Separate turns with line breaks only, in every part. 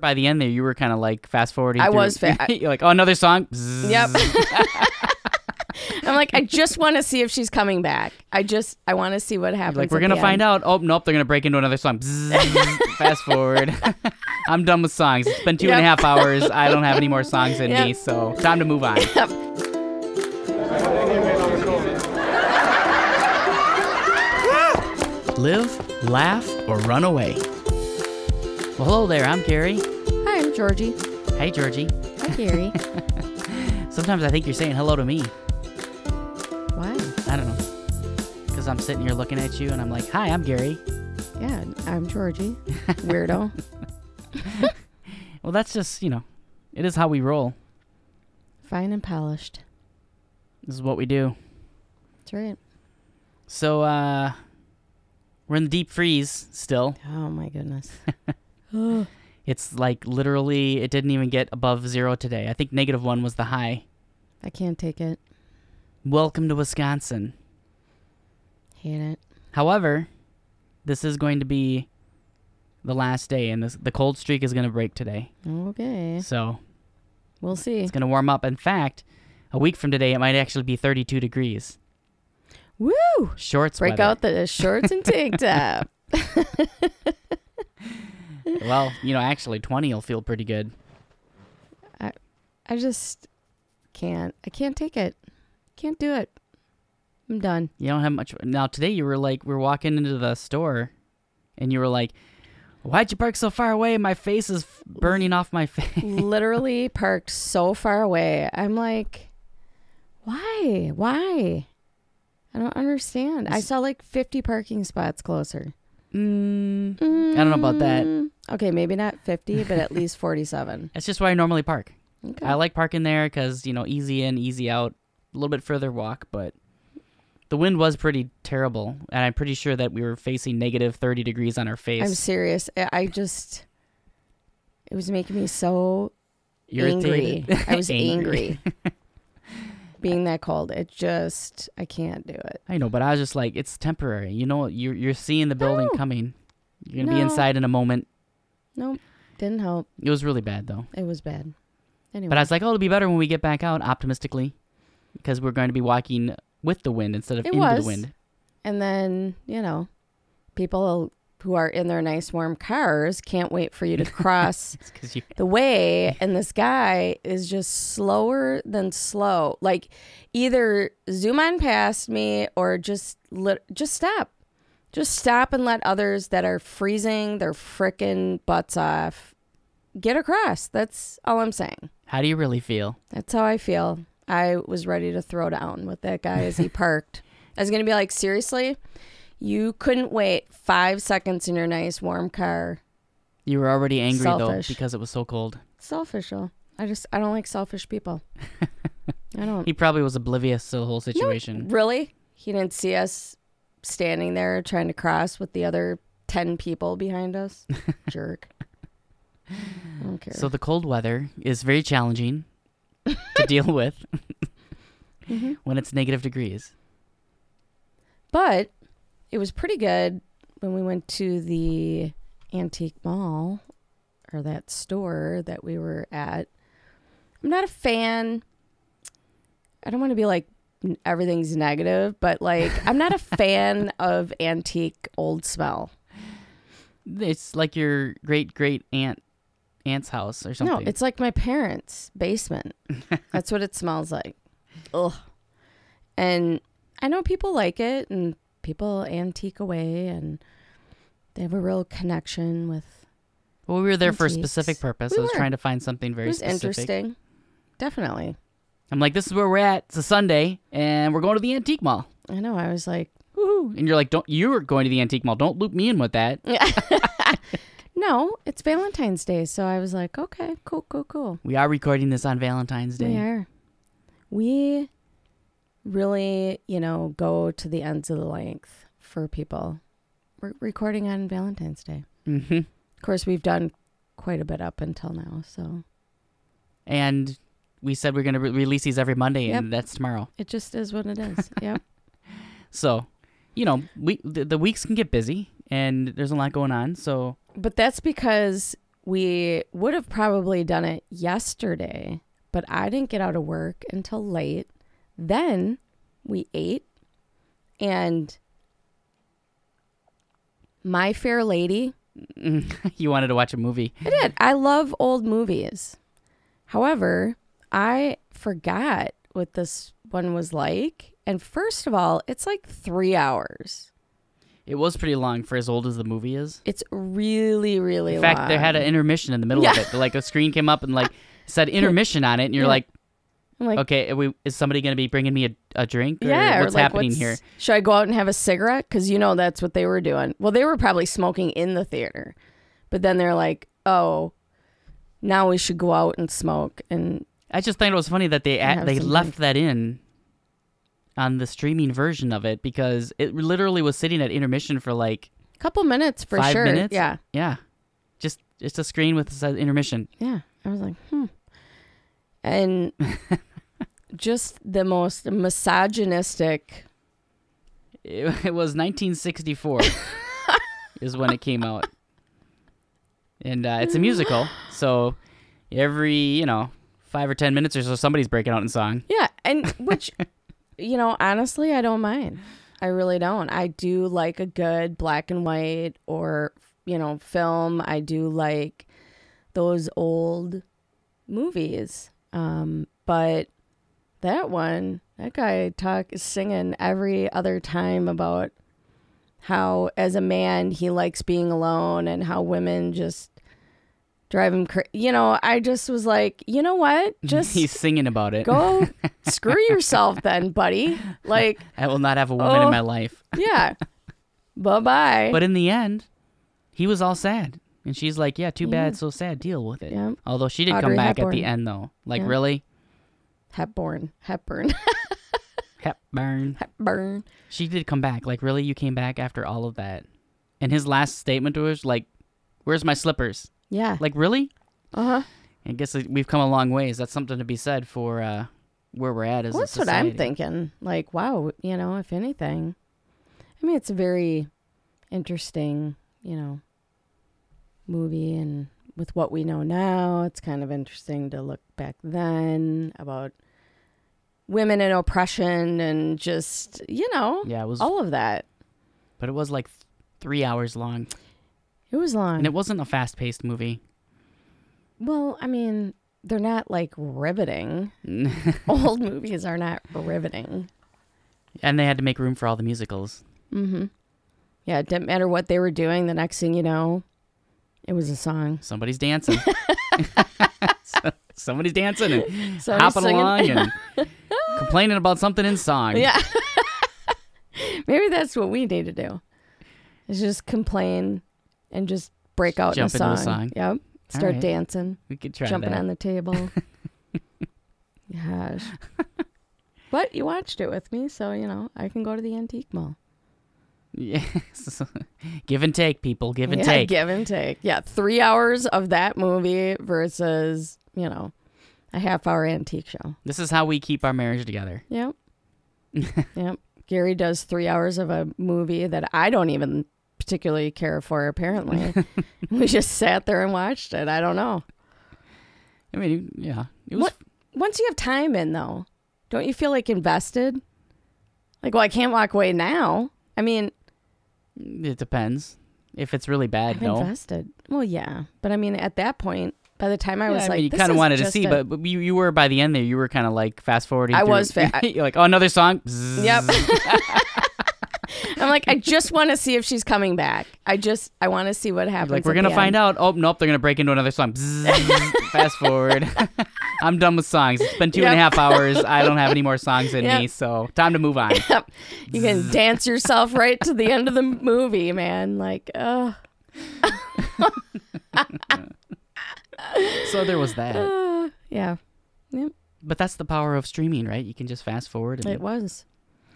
by the end there, you were kind of like fast forwarding.
I
through-
was fa-
you're like, oh, another song.
Yep.
Mm.
I'm like, I just want to see if she's coming back. I just, I want to see what happens.
like we're gonna find out. Oh nope, they're gonna break into another song. Bzzz. Fast forward. I'm done with songs. It's been two and a
Yep.
half hours. I don't have any more songs in me,
Yep.
so time to move on. Live, laugh, or run away. Well, hello there. I'm Gary.
Hi, I'm Georgie.
Hey, Georgie.
Hi, Gary.
Sometimes I think you're saying hello to me.
Why?
I don't know. Because I'm sitting here looking at you and I'm like, hi, I'm Gary.
Yeah, I'm Georgie. Weirdo.
Well, that's just, you know, it is how we roll.
Fine and polished.
This is what we do.
That's right.
So, uh, we're in the deep freeze still.
Oh my goodness.
It's like literally, it didn't even get above zero today. I think negative one was the high.
I can't take it.
Welcome to Wisconsin.
Hate it.
However, this is going to be the last day, and this, the cold streak is going to break today.
Okay.
So,
We'll see.
it's going to warm up. In fact, a week from today, it might actually be 32 degrees.
Woo!
Shorts
Break
weather.
out the shorts and tank top.
well, you know, actually, 20 will feel pretty good.
I just can't. I can't take it. Can't do it. I'm done.
You don't have much. Now today you were like, we are walking into the store, and you were like, "Why'd you park so far away? My face is f- burning off my face."
literally parked so far away. I'm like, why? Why? I don't understand. I saw like 50 parking spots closer.
Mm, I don't know about that.
Mm, Okay, maybe not 50, but at least 47.
That's just where I normally park.
Okay.
I like parking there because you know, easy in, easy out. A little bit further walk, but the wind was pretty terrible, and I'm pretty sure that we were facing negative 30 degrees on our face.
I'm serious. I I just, it was making me so angry.
Irritated.
I was angry. Being that cold, it just, I can't do it.
I know, but I was just like, it's temporary. You know, you're you're seeing the building
No.
coming. You're gonna be
No.
inside in a moment.
Nope. Didn't help.
It was really bad though.
It was bad. Anyway.
But I was like, oh, it'll be better when we get back out, optimistically, because we're going to be walking with the wind instead of
It
into
was.
the wind.
And then, you know, people who are in their nice warm cars can't wait for you to cross
It's 'cause you,
the way. And this guy is just slower than slow. Like either zoom on past me or just lit- just stop. Just stop and let others that are freezing their frickin' butts off get across. That's all I'm saying.
how do you really feel?
That's how I feel. I was ready to throw down with that guy as he parked. I was going to be like, seriously? You couldn't wait five seconds in your nice warm car.
You were already angry
Selfish.
though because it was so cold.
Selfish. oh. I just, I don't like selfish people. I don't.
He probably was oblivious to the whole situation.
Really? He didn't see us standing there trying to cross with the other 10 people behind us? Jerk. I don't care.
So the cold weather is very challenging to deal with
Mm-hmm.
when it's negative degrees.
But it was pretty good when we went to the antique mall or that store that we were at. I'm not a fan. I don't want to be like n- everything's negative, but like I'm not a fan of antique old smell.
It's like your great great aunt aunt's house or something.
No, it's like my parents' basement. That's what it smells like. Ugh. And I know people like it and people antique away and they have a real connection with
well, we were there for a
Antiques.
specific purpose.
We
I was
were.
trying to find something
it
very
was
specific.
interesting. Definitely.
I'm like, this is where we're at. It's a Sunday, and we're going to the antique mall.
I know. I was like,
Woohoo. And you're like, don't you were going to the antique mall. Don't loop me in with that.
no, it's Valentine's Day. So I was like, okay, cool, cool, cool.
We are recording this on Valentine's Day.
We are. We really, you know, go to the ends of the length for people. We're recording on Valentine's Day.
hmm
Of course, we've done quite a bit up until now, so
And we said we're going to re- release these every Monday, and that's tomorrow.
it just is what it is. yep.
So, you know, we the, the weeks can get busy, and there's a lot going on. So
But that's because we would have probably done it yesterday, but I didn't get out of work until late. Then we ate, and My Fair Lady.
you wanted to watch a movie.
I did. I love old movies. However, I forgot what this one was like. And first of all, it's like three hours.
It was pretty long for as old as the movie is.
It's really, really
In fact,
long.
they had an intermission in the middle of
Yeah.
it. Like a screen came up and like said intermission on it, and you're
Yeah.
like,
I'm like,
okay, are we, is somebody going to be bringing me a, a drink? Or
yeah, or
what's
like,
happening
what's-
here?
Should I go out and have a cigarette? Because you know that's what they were doing. Well, they were probably smoking in the theater, but then they're like, oh, now we should go out and smoke. And
I just think it was funny that they
And
a-
have
they
some
left that in on the streaming version of it because it literally was sitting at intermission for like
a couple minutes for
Five
sure.
minutes?
Yeah,
yeah, just just a screen with this, uh, intermission.
yeah. I was like, hmm. And just the most misogynistic.
It, it was 1964 is when it came out, and uh, it's a musical, so every you know five or ten minutes or so somebody's breaking out in song.
Yeah, and which, you know, honestly, I don't mind. I really don't. I do like a good black and white or you know film. I do like those old movies. Um, but that one, that guy talk is singing every other time about how as a man he likes being alone and how women just drive him crazy. You know, I just was like, you know what? Just
He's singing about it.
go screw yourself then buddy like
I will not have a woman
Oh.
in my life.
yeah bye-bye
But in the end, he was all sad. And she's like, Yeah, too bad, so sad, deal with it.
Yep.
Although she did come
Audrey
back at the
Hepburn.
end though. Like
Yeah.
really?
hepburn hepburn
Hepburn.
hepburn
She did come back. Like really you came back after all of that. And his last statement to her is like, Where's my slippers?
yeah
Like really?
uh-huh
I guess like, we've come a long ways. That's something to be said for uh where we're at as
well,
a
that's what i'm
society.
thinking like wow you know if anything i mean it's a very interesting you know movie and with what we know now it's kind of interesting to look back then about women and oppression and just you know
Yeah, it was
all of that
but it was like th- three hours long.
it was long
And it wasn't a fast paced movie.
Well, I mean, they're not like riveting.
and
Old movies are not riveting.
they had to make room for all the musicals.
Mm-hmm. Yeah, it didn't matter what they were doing. The next thing you know, it was a song.
somebody's dancing. So- somebody's dancing and
So
hopping
singing.
along and complaining about something in song.
Yeah. Maybe that's what we need to do. Is just complain and just break out
Jump
in a
into
song.
a song.
Yep. Start
right.
dancing,
we could try
jumping
that.
on the table. Gosh. But you watched it with me, so you know, I can go to the antique mall.
Yeah. give and take, people. Give and
yeah,
take.
Give and take. Yeah, three hours of that movie versus you know a half hour antique show.
This is how we keep our marriage together.
Yep. yep. Gary does three hours of a movie that I don't even particularly care for. Apparently, we just sat there and watched it. I don't know.
I mean, yeah. It was
What- Once you have time in though, don't you feel like invested? Like, well, I can't walk away now. I mean,
it depends. If it's really bad,
I'm
no.
invested. Well, yeah, but I mean, at that point, by the time I
Yeah,
was
I
like,
mean, you
this
kind of
is
wanted to
just
see,
a-
but but you, you were by the end there. You were kind of like fast forwarding.
I
through-
was fa- I-
You're like, oh, another song.
Yep. I'm like, I just want to see if she's coming back. I just, I want to see what happens.
Like we're gonna find out. Oh nope, they're gonna break into another song. Bzzz. Fast forward. I'm done with songs. It's been two and a
Yep.
half hours. I don't have any more songs in me,
Yep.
so time to move on.
out. you can dance yourself right to the end of the movie, man. Like, oh,
so there was that.
yeah,
But that's the power of streaming, right? You can just fast forward
it
and,
was.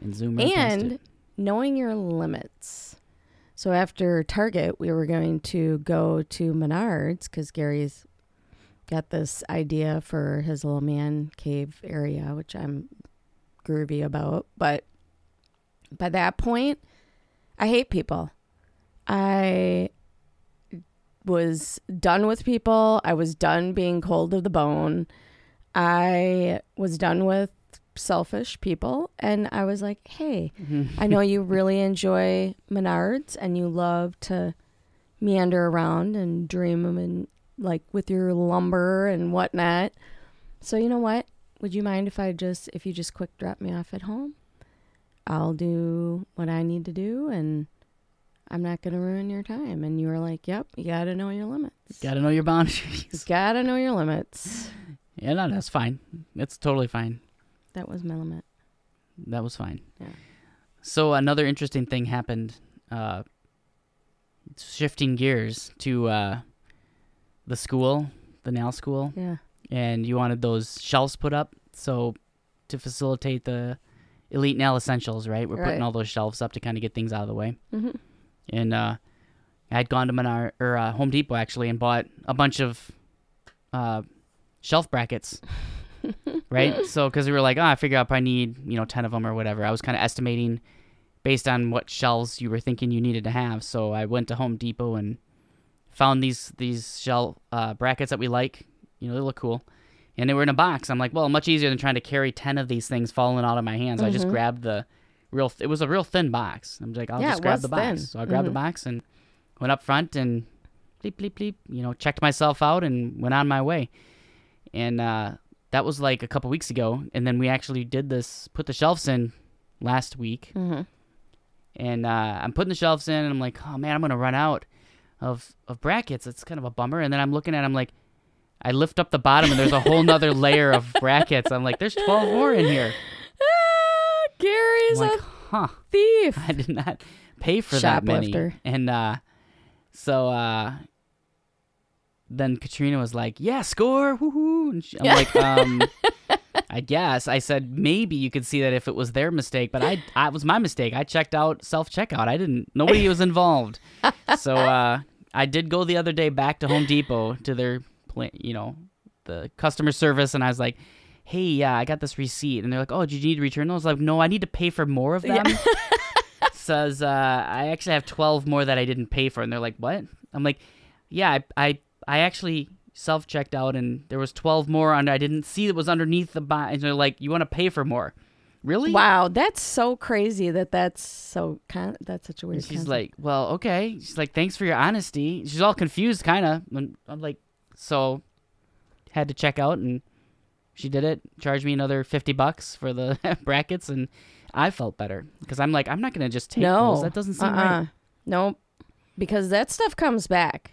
and zoom right past
And
it.
knowing your limits. So after Target, we were going to go to Menards because Gary's got this idea for his little man cave area, which I'm groovy about. But by that point, I hate people. I was done with people. I was done being cold to the bone. I was done with selfish people. And I was like, hey, I know you really enjoy Menards and you love to meander around and dream and like with your lumber and whatnot. So, you know what? Would you mind if I just, if you just quick drop me off at home? I'll do what I need to do and I'm not going to ruin your time. And you were like, yep, you got to know your limits.
Gotta know your boundaries.
Got to know your limits.
Yeah, no, that's fine. That's totally fine.
That was my limit.
That was fine.
Yeah.
So another interesting thing happened. Uh, shifting gears to uh, the school, the Nal school,
Yeah.
and you wanted those shelves put up. So to facilitate the elite Nal essentials, right? We're
Right.
putting all those shelves up to kind of get things out of the way.
hmm
and uh, I had gone to Menard or uh, Home Depot actually and bought a bunch of uh, shelf brackets, right? So because we were like, oh, I figure out I need you know ten of them or whatever. I was kind of estimating based on what shelves you were thinking you needed to have. So I went to Home Depot and found these these shelf uh, brackets that we like. You know, they look cool. And they were in a box. I'm like, well, much easier than trying to carry ten of these things falling out of my hands. I just
Mhm.
grabbed the real. Th- it was a real thin box. I'm like, I'll
Yeah,
just
it
grab
was
the box.
thin.
So I grabbed the
Mhm.
box and went up front and bleep bleep bleep. You know, checked myself out and went on my way. And uh, that was like a couple weeks ago. And then we actually did this, put the shelves in last week
hmm
and uh, I'm putting the shelves in, and I'm like, oh man, I'm gonna run out of of brackets. It's kind of a bummer. And then I'm looking at, it, I'm like, I lift up the bottom, and there's a whole nother layer of brackets. I'm like, there's 12 more in here.
Ah,
I'm
Gary's
like,
a
huh,
thief.
I did not pay for that many.
Shoplifter.
And uh, so uh, then Katrina was like, yeah, score, woohoo! And she, I'm like, um. I guess I said maybe you could see that if it was their mistake, but I, I it was my mistake. I checked out self checkout. I didn't. Nobody was involved. so uh, I did go the other day back to Home Depot to their plant, you know, the customer service, and I was like, "Hey, yeah, I got this receipt," and they're like, "Oh, did you need to return those?" I was like, "No, I need to pay for more of them." Says uh, I actually have twelve more that I didn't pay for, and they're like, "What?" I'm like, "Yeah, I I, I actually." Self checked out, and there was twelve more on. I didn't see that was underneath the box. And they're like, "You want to pay for more? Really?
Wow, that's so crazy that that's so con- that's such a weird.
And she's
concept.
like, "Well, okay." She's like, "Thanks for your honesty." She's all confused, kind of. And I'm like, "So, had to check out, and she did it. Charged me another fifty bucks for the brackets, and I felt better because I'm like, I'm not gonna just take
no,
those. That doesn't seem
uh-uh.
right.
Nope, because that stuff comes back.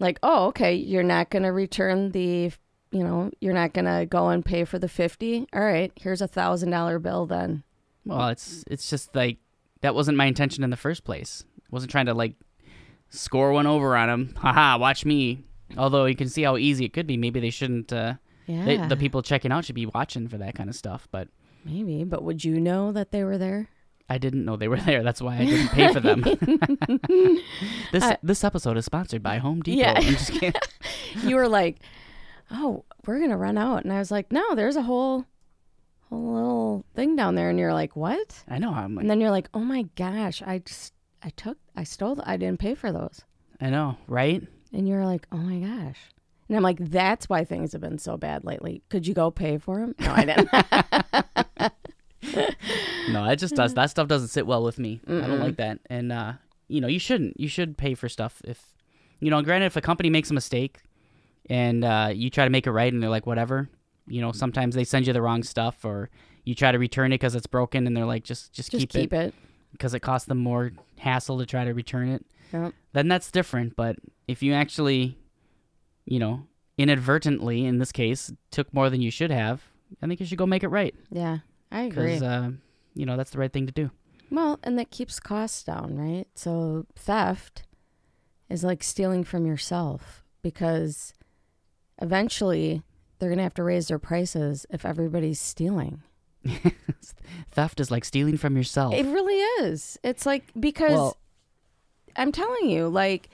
Like, oh, okay, you're not gonna return the, you know, you're not gonna go and pay for the fifty. All right, here's a thousand dollar bill then.
Well, it's it's just like that wasn't my intention in the first place. wasn't trying to like score one over on him. Haha, watch me. Although you can see how easy it could be. Maybe they shouldn't. Uh,
Yeah,
they, the people checking out should be watching for that kind of stuff, but.
maybe. But would you know that they were there?
I didn't know they were there. That's why I didn't pay for them. this
I-
this episode is sponsored by Home Depot.
Yeah.
I'm just kidding.
you were like, "Oh, we're gonna run out," and I was like, "No, there's a whole, whole little thing down there," and you're like, "What?"
I know. I'm like,
And then you're like, "Oh my gosh, I just, I took, I stole, th- I didn't pay for those,"
I know, right?
and you're like, "Oh my gosh." And I'm like, that's why things have been so bad lately. Could you go pay for them? No, I didn't.
No, it just does. That stuff doesn't sit well with me. I don't
Mm-mm.
like that. And uh, you know, you shouldn't. You should pay for stuff if, you know. Granted, if a company makes a mistake, and uh, you try to make it right, and they're like, whatever. You know, sometimes they send you the wrong stuff, or you try to return it because it's broken, and they're like, just just,
Just keep,
keep it
it.
because it costs them more hassle to try to return it.
Yep.
then that's different. But if you actually, you know, inadvertently in this case took more than you should have, I think you should go make it right
Yeah, I agree.
because uh, you know that's the right thing to do.
Well, and that keeps costs down, right? So theft is like stealing from yourself because eventually they're going to have to raise their prices if everybody's stealing.
Theft is like stealing from yourself.
It really is. It's like because
Well-
I'm telling you, like,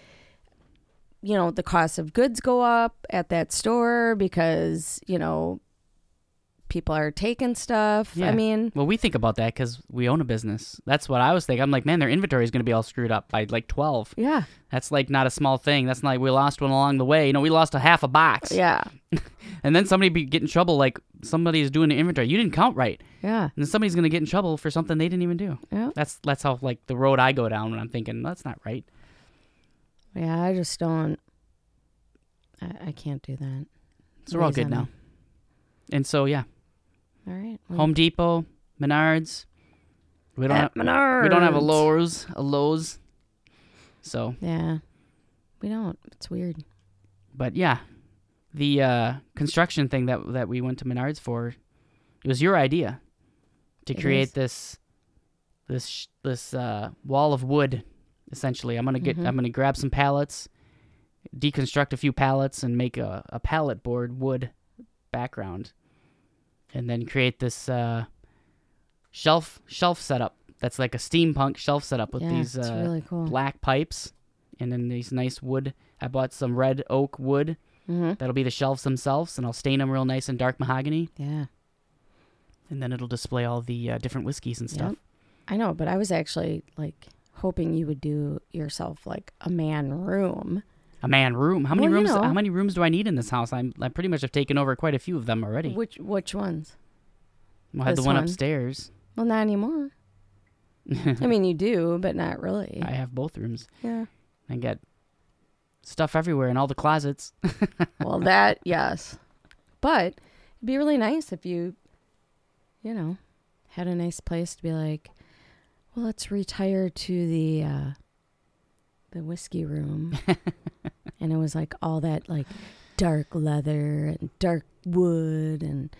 you know, the cost of goods go up at that store because, you know, people are taking stuff. I
Yeah.
mean,
Well, we think about that because we own a business. That's what I was thinking. I'm like, man, their inventory is going to be all screwed up by like 12.
yeah,
That's like not a small thing. That's not like we lost one along the way. You know, we lost a half a box.
yeah,
And then somebody be get in trouble like somebody is doing an inventory. You didn't count right.
yeah,
And then somebody's going to get in trouble for something they didn't even do.
yeah,
That's that's how like the road I go down when I'm thinking that's not right.
yeah. I just don't. I, I can't do that.
So we're all
Weighs
good
on
now. And so yeah,
All right. well,
Home Depot, Menards. We don't have,
at Menards.
we don't have a Lowe's, a Lowe's. So,
Yeah, we don't. It's weird.
but yeah, the uh, construction thing that that we went to Menards for, it was your idea to
It
create
is.
this this sh- this uh, wall of wood. Essentially, I'm gonna get
Mhm.
I'm gonna grab some pallets, deconstruct a few pallets, and make a, a pallet board wood background, and then create this uh, shelf shelf setup. That's like a steampunk shelf setup with
yeah,
these
it's
uh,
really cool.
black pipes and then these nice wood i bought some red oak wood
hmm
that'll be the shelves themselves and i'll stain them real nice in dark mahogany
Yeah,
and then it'll display all the uh, different whiskeys and stuff
Yep. I know, but I was actually like hoping you would do yourself like a man room.
a man room how many
Well, you
rooms
know.
how many rooms do i need in this house i'm i pretty much have taken over quite a few of them already
Which which ones?
we'll have the
this
one,
one.
upstairs
Well, not anymore. I mean, you do, but not really.
i have both rooms
yeah.
i got stuff everywhere in all the closets
Well, that yes, but it'd be really nice if you, you know, had a nice place to be like, well, let's retire to the uh, the whiskey room, and it was like all that like dark leather and dark wood and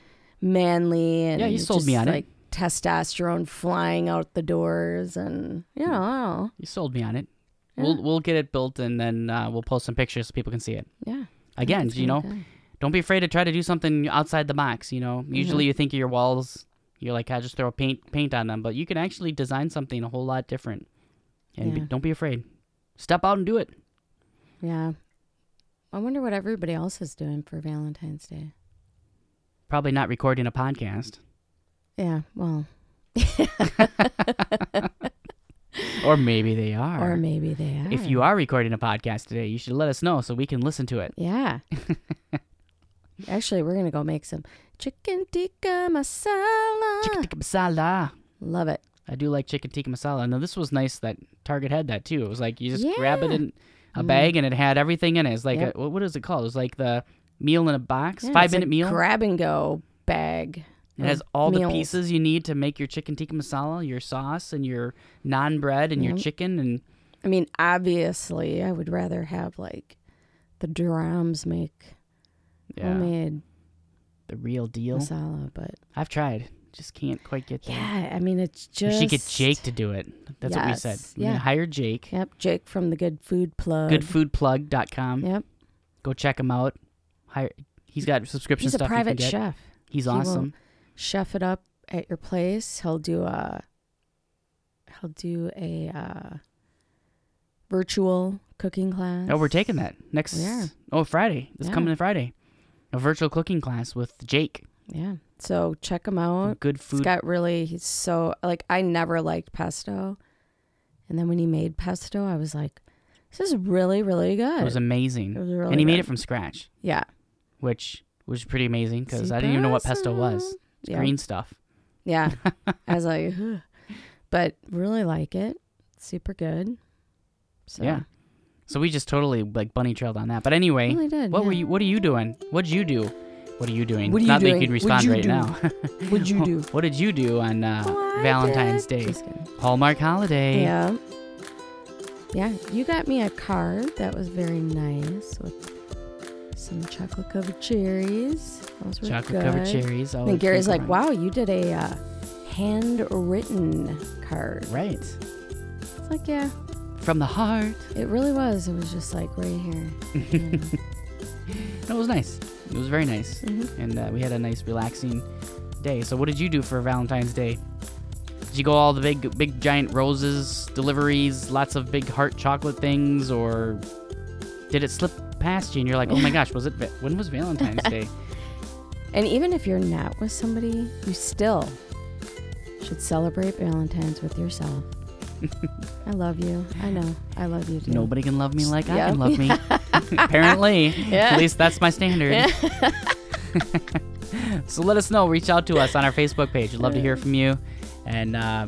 manly and
Yeah, you sold
just,
me on it.
like testosterone flying out the doors and you know, I don't know.
you sold me on it
Yeah.
Hmm. we'll we'll get it built and then uh, we'll post some pictures so people can see it
yeah.
again
It's
you
gonna
know
be good.
don't be afraid to try to do something outside the box. You
Mm-hmm.
know, usually you think of your walls, you're like, I just throw paint paint on them, but you can actually design something a whole lot different. And be,
Yeah.
don't be afraid. Step out and do it.
Yeah. I wonder what everybody else is doing for Valentine's Day.
Probably not recording a podcast
Yeah, well,
or maybe they are.
or maybe they are.
if you are recording a podcast today, you should let us know so we can listen to it.
Yeah. Actually, we're going to go make some chicken tikka
Chicken
masala.
tikka masala.
Love it.
I do like chicken tikka masala. Now this was nice that Target had that too. It was like you just grab it
Yeah. Mm-hmm.
in a bag and it had everything in it. It's like
Yep.
a, what what is it called? It was like the meal in a box,
Yeah,
five
it's a
minute meal.
Grab and go bag.
It
Mm,
has all the pieces you need to make your chicken tikka masala, your sauce, and your naan bread and your
Yep.
chicken. And
I mean, obviously, I would rather have like the drums make
yeah,
homemade
the real deal.
masala, but
I've tried, just can't quite get there.
yeah, I mean, it's
We
just.
should get Jake to do it. That's what we said.
Yes,
We're gonna
yeah.
Hire Jake.
Yep, Jake from the Good Food Plug.
Goodfoodplug.com.
Yep.
Go check him out. Hire. He's got subscription
He's a
stuff. you can
private
get.
chef.
He's
He will
awesome.
Chef it up at your place. He'll do a he'll do a uh, virtual cooking class.
Oh, we're taking that next.
We are.
Oh, Friday. This
Yeah.
coming Friday. A virtual cooking class with Jake.
Yeah. So check him
from
out.
Good
He's
food.
Oh, got really he's so like I never liked pesto. And then when he made pesto, I was like, this is really, really good.
it was amazing.
It was really
and he made
good.
it from scratch.
Yeah.
which was pretty amazing because I didn't even know what pesto was. It's
Yeah.
green stuff.
Yeah. I was like, "Ugh." but really like it. Super good. So
Yeah. So we just totally like bunny trailed on that. But anyway,
really did.
what
yeah.
were you? What are you doing? What'd you do? What are you doing?
What are you
Not that
doing?
you'd
What'd
respond
you
right
do?
now.
What'd you do?
what did you do on uh,
Oh, I
Valentine's
did-
Day?
just kidding.
Hallmark holiday.
Yeah. Yeah, you got me a card that was very nice with some chocolate covered cherries. Those were
Chocolate covered
good.
cherries.
And Gary's like, "Wow, you did a uh, handwritten card."
Right.
It's like, yeah,
From the heart.
it really was. It was just like right here. you know.
That was nice. It was very nice.
Mhm.
And uh, we had a nice, relaxing day. So, what did you do for Valentine's Day? Did you go all the big, big, giant roses deliveries, lots of big heart chocolate things, or did it slip past you and you're like, oh my gosh, was it? Va- When was Valentine's Day?
And even if you're not with somebody, you still should celebrate Valentine's with yourself. I love you. I know. I love you too.
Nobody can love me like I
Yep.
can love me. Apparently.
Yeah.
At least that's my standard. so let us know. Reach out to us on our Facebook page. We'd love to hear from you. And uh,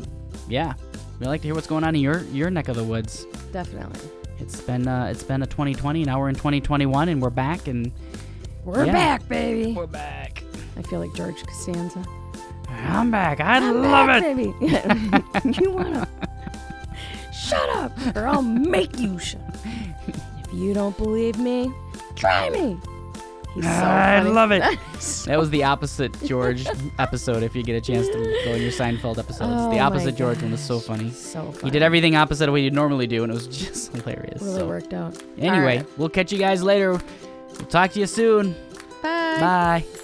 yeah, we'd like to hear what's going on in your, your neck of the woods.
Definitely.
It's been uh, it's been a 2020. Now we're in 2021, and we're back. And
We're
Yeah.
back, baby.
we're back.
I feel like George Costanza.
I'm back. I
I'm
love
back,
it.
baby. you wanna shut up, or I'll make you shut up. If you don't believe me, try me. He's so
I
funny.
love it. That was the opposite George episode. If you get a chance to go in your Seinfeld episodes,
Oh
the
my
opposite George one was so
gosh,
funny.
So funny.
He did everything opposite of what you'd normally do, and it was just hilarious.
Really
So,
worked out.
Anyway,
All
we'll catch you guys later. We'll talk to you soon.
Bye.
Bye.